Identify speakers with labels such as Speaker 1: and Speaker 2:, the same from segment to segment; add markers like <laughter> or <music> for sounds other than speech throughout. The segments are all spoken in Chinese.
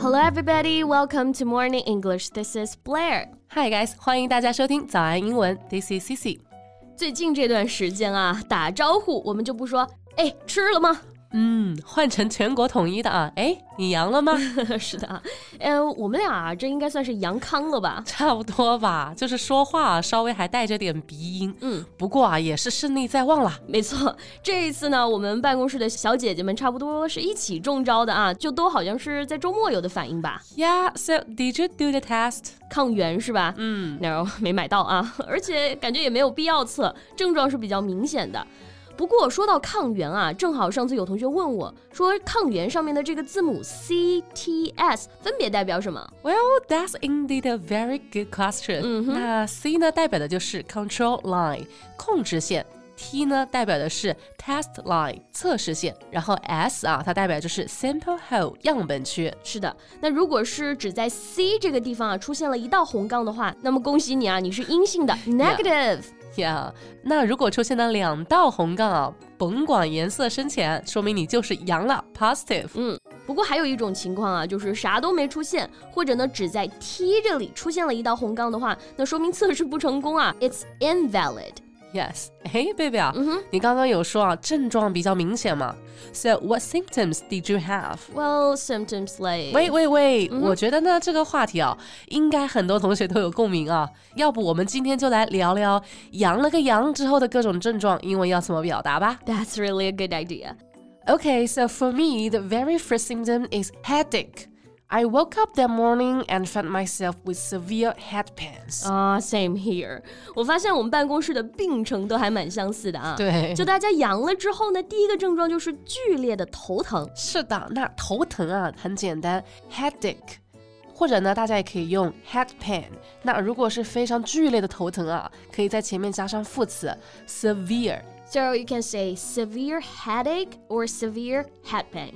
Speaker 1: Hello, everybody. Welcome to Morning English. This is Blair.
Speaker 2: Hi guys，欢迎大家收听早安英文，This is Cici。
Speaker 1: 最近这段时间啊，打招呼我们就不说“哎，吃了吗。
Speaker 2: 嗯，换成全国统一的啊，哎，你阳了吗？”
Speaker 1: <laughs> 是的啊，嗯，我们俩啊这应该算是阳康了吧？
Speaker 2: 差不多吧，就是说话、啊、稍微还带着点鼻音，
Speaker 1: 嗯，
Speaker 2: 不过啊也是胜利在望啦。
Speaker 1: 没错，这一次呢，我们办公室的小姐姐们差不多是一起中招的啊，就都好像是在周末有的反应吧，
Speaker 2: Yeah, so did you do the test？
Speaker 1: 抗原是吧？
Speaker 2: 嗯，
Speaker 1: no 没买到啊， <laughs> 而且感觉也没有必要测，症状是比较明显的。不过说到抗原啊，正好上次有同学问我说，抗原上面的这个字母 C、T、S 分别代表什么？
Speaker 2: Well, that's indeed a very good question.
Speaker 1: 嗯哼
Speaker 2: 那 C 呢，代表的就是 control line 控制线；T 呢，代表的是 test line 测试线；然后 S 啊，它代表就是 sample hole 样本区。
Speaker 1: 是的，那如果是只在 C 这个地方啊出现了一道红杠的话，那么恭喜你啊，你是阴性的 negative。
Speaker 2: <laughs> 呀、那如果出现了两道红杠啊，甭管颜色深浅，说明你就是阳了 positive。
Speaker 1: 不过还有一种情况啊，就是啥都没出现，或者呢只在 T 这里出现了一道红杠的话，那说明测试不成功啊，it's invalid。
Speaker 2: Yes，哎，baby 啊，
Speaker 1: 嗯哼。
Speaker 2: 你刚刚有说啊，症状比较明显嘛？So what symptoms did you have？
Speaker 1: Well, symptoms like
Speaker 2: 喂喂喂！
Speaker 1: 嗯
Speaker 2: 我觉得呢，这个话题啊，应该很多同学都有共鸣啊。要不我们今天就来聊聊阳了个阳之后的各种症状，英文要怎么表达吧
Speaker 1: That's really a good idea.
Speaker 2: ？Okay, so for me, the very first symptom is headache. I woke up that morning and found myself with severe head <laughs> pains.
Speaker 1: 啊、s a m e here. 我发现我们办公室的病程都还蛮相似的啊。，
Speaker 2: 对，
Speaker 1: 就大家阳了之后呢，第一个症状就是剧烈的头疼。
Speaker 2: 是的，那头疼啊，很简单，headache。或者呢，大家也可以用 head pain。那如果是非常剧烈的头疼啊，可以在前面加上副词 severe。
Speaker 1: So you can say severe headache or severe head pain.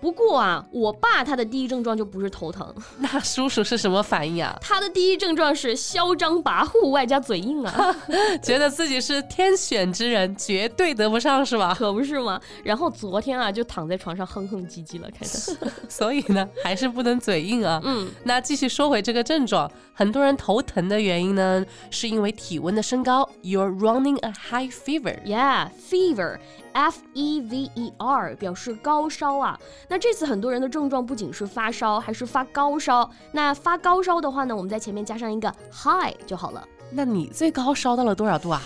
Speaker 1: 不过啊，我爸他的第一症状就不是头疼，
Speaker 2: 那叔叔是什么反应啊？
Speaker 1: 他的第一症状是嚣张跋扈外加嘴硬啊。 <laughs>
Speaker 2: 觉得自己是天选之人，绝对得不上是吧？
Speaker 1: 可不是吗？然后昨天啊，就躺在床上哼哼唧唧了，开始。
Speaker 2: <laughs> 所以呢，还是不能嘴硬啊。
Speaker 1: 嗯，
Speaker 2: 那继续说回这个症状，很多人头疼的原因呢，是因为体温的升高，you're running a high fever。
Speaker 1: Yeah, fever, F E V E R 表示高烧啊。那这次很多人的症状不仅是发烧，还是发高烧。那发高烧的话呢，我们在前面加上一个 high 就好了。
Speaker 2: 那你最高烧到了多少度啊？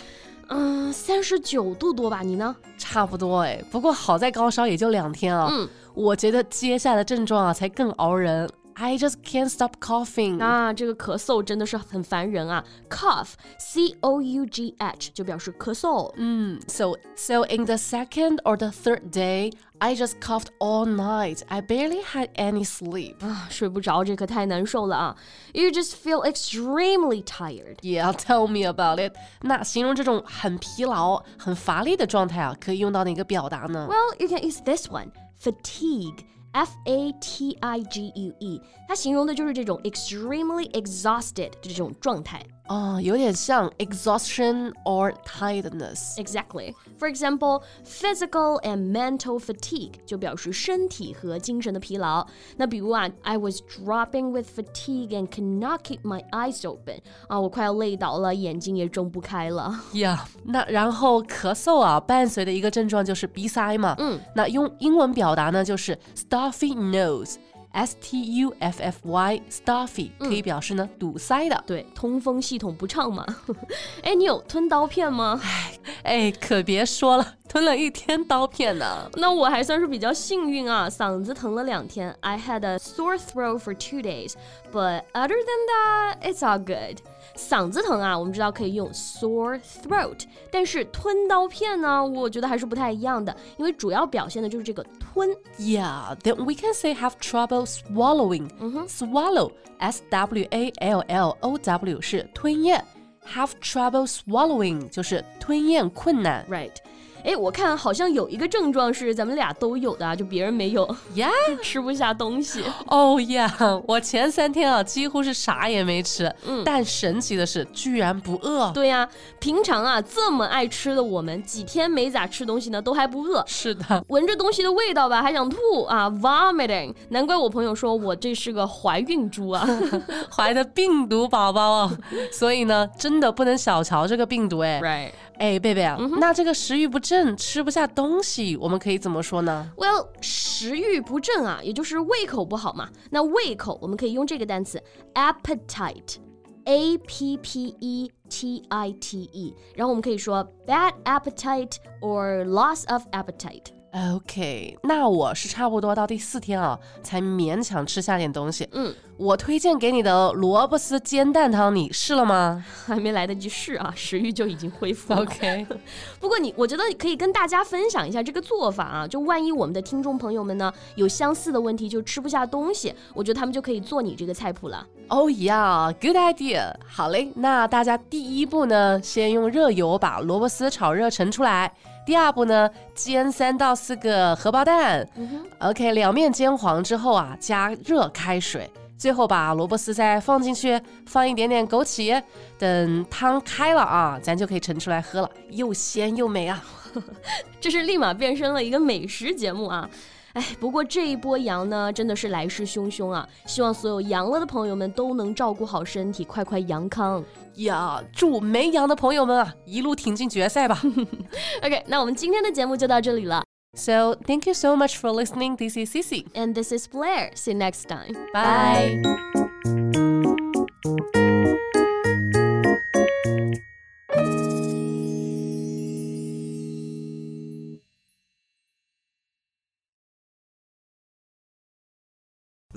Speaker 1: 嗯，三十九度多吧？你呢？
Speaker 2: 差不多哎，不过好在高烧也就两天啊。
Speaker 1: 嗯，
Speaker 2: 我觉得接下来的症状啊才更熬人。I just can't stop coughing。
Speaker 1: 啊，这个咳嗽真的是很烦人啊。Cough, C O U G H 就表示咳嗽。
Speaker 2: Mm, so so in the second or the third day, I just coughed all night. I barely had any sleep.
Speaker 1: 啊，睡不着，这可太难受了啊。You just feel extremely tired.
Speaker 2: Yeah, <laughs> tell me about it. 那形容这种很疲劳、很乏力的状态啊，可以用到哪个表达呢
Speaker 1: Well, you can use this one, fatigue. F A T I G U E，它形容的就是这种 extremely exhausted 的这种状态。
Speaker 2: 哦有点像 exhaustion or tiredness。
Speaker 1: Exactly. For example, physical and mental fatigue 就表示身体和精神的疲劳。那比如啊，I was dropping with fatigue and could not keep my eyes open. 啊，我快要累倒了，眼睛也睁不开了。
Speaker 2: Yeah，那然后咳嗽啊，伴随的一个症状就是鼻塞嘛。
Speaker 1: 嗯，
Speaker 2: 那用英文表达呢，就是 stuffy nose。S T U F F Y stuffy 可以表示呢、堵塞的，
Speaker 1: 对，通风系统不畅嘛。 <laughs> 哎，你有吞刀片吗？
Speaker 2: 哎，可别说了，吞了一天刀片呢。
Speaker 1: 那我还算是比较幸运啊，嗓子疼了两天。I had a sore throat for two days, but other than that, it's all good. 嗓子疼啊，我们知道可以用 sore throat，但是吞刀片呢，我觉得还是不太一样的，因为主要表现的就是这个吞。
Speaker 2: Yeah, then we can say have trouble swallowing.
Speaker 1: Mm-hmm.
Speaker 2: Swallow, S W A L L O W 是吞咽，have trouble swallowing 就是吞咽困难。
Speaker 1: Right. 哎，我看好像有一个症状是咱们俩都有的啊，就别人没有， <laughs>
Speaker 2: 呀、 <laughs>
Speaker 1: 吃不下东西。
Speaker 2: 哦呀！我前三天啊，几乎是啥也没吃，但神奇的是，居然不饿。
Speaker 1: 嗯对呀、平常啊这么爱吃的我们，几天没咋吃东西呢，都还不饿。
Speaker 2: 是的，
Speaker 1: 闻着东西的味道吧，还想吐啊，vomiting。难怪我朋友说我这是个怀孕猪啊。
Speaker 2: 怀的病毒宝宝哦，所以呢，真的不能小瞧这个病毒哎。
Speaker 1: right. Mm-hmm.
Speaker 2: 哎，贝贝啊，那这个食欲不振、吃不下东西，我们可以怎么说呢？
Speaker 1: Well，食欲不振啊，也就是胃口不好嘛。那胃口我们可以用这个单词 appetite，a p p e t i t e，然后我们可以说 bad appetite or loss of appetite。
Speaker 2: OK，那我是差不多到第四天啊，才勉强吃下点东西。
Speaker 1: 嗯，
Speaker 2: 我推荐给你的萝卜丝煎蛋汤，你试了吗
Speaker 1: 还没来得及试啊，食欲就已经恢复了。
Speaker 2: ？OK，
Speaker 1: 不过你，我觉得可以跟大家分享一下这个做法啊，就万一我们的听众朋友们呢有相似的问题，就吃不下东西，我觉得他们就可以做你这个菜谱了。
Speaker 2: 哦呀、g o o d idea。好嘞，那大家第一步呢，先用热油把萝卜丝炒热盛出来。第二步呢，煎三到四个荷包蛋。OK，两面煎黄之后啊，加热开水。最后把萝卜丝再放进去，放一点点枸杞，等汤开了啊，咱就可以盛出来喝了，又鲜又美啊！
Speaker 1: 这是立马变身了一个美食节目啊。哎，不过这一波羊呢，真的是来势汹汹啊！希望所有阳了的朋友们都能照顾好身体，快快阳康。
Speaker 2: 呀，祝没阳的朋友们啊，一路挺进决赛吧
Speaker 1: OK，那我们今天的节目就到这里了。
Speaker 2: ！So thank you so much for listening. This is Cici.
Speaker 1: And this is Blair. See you next time.
Speaker 2: Bye.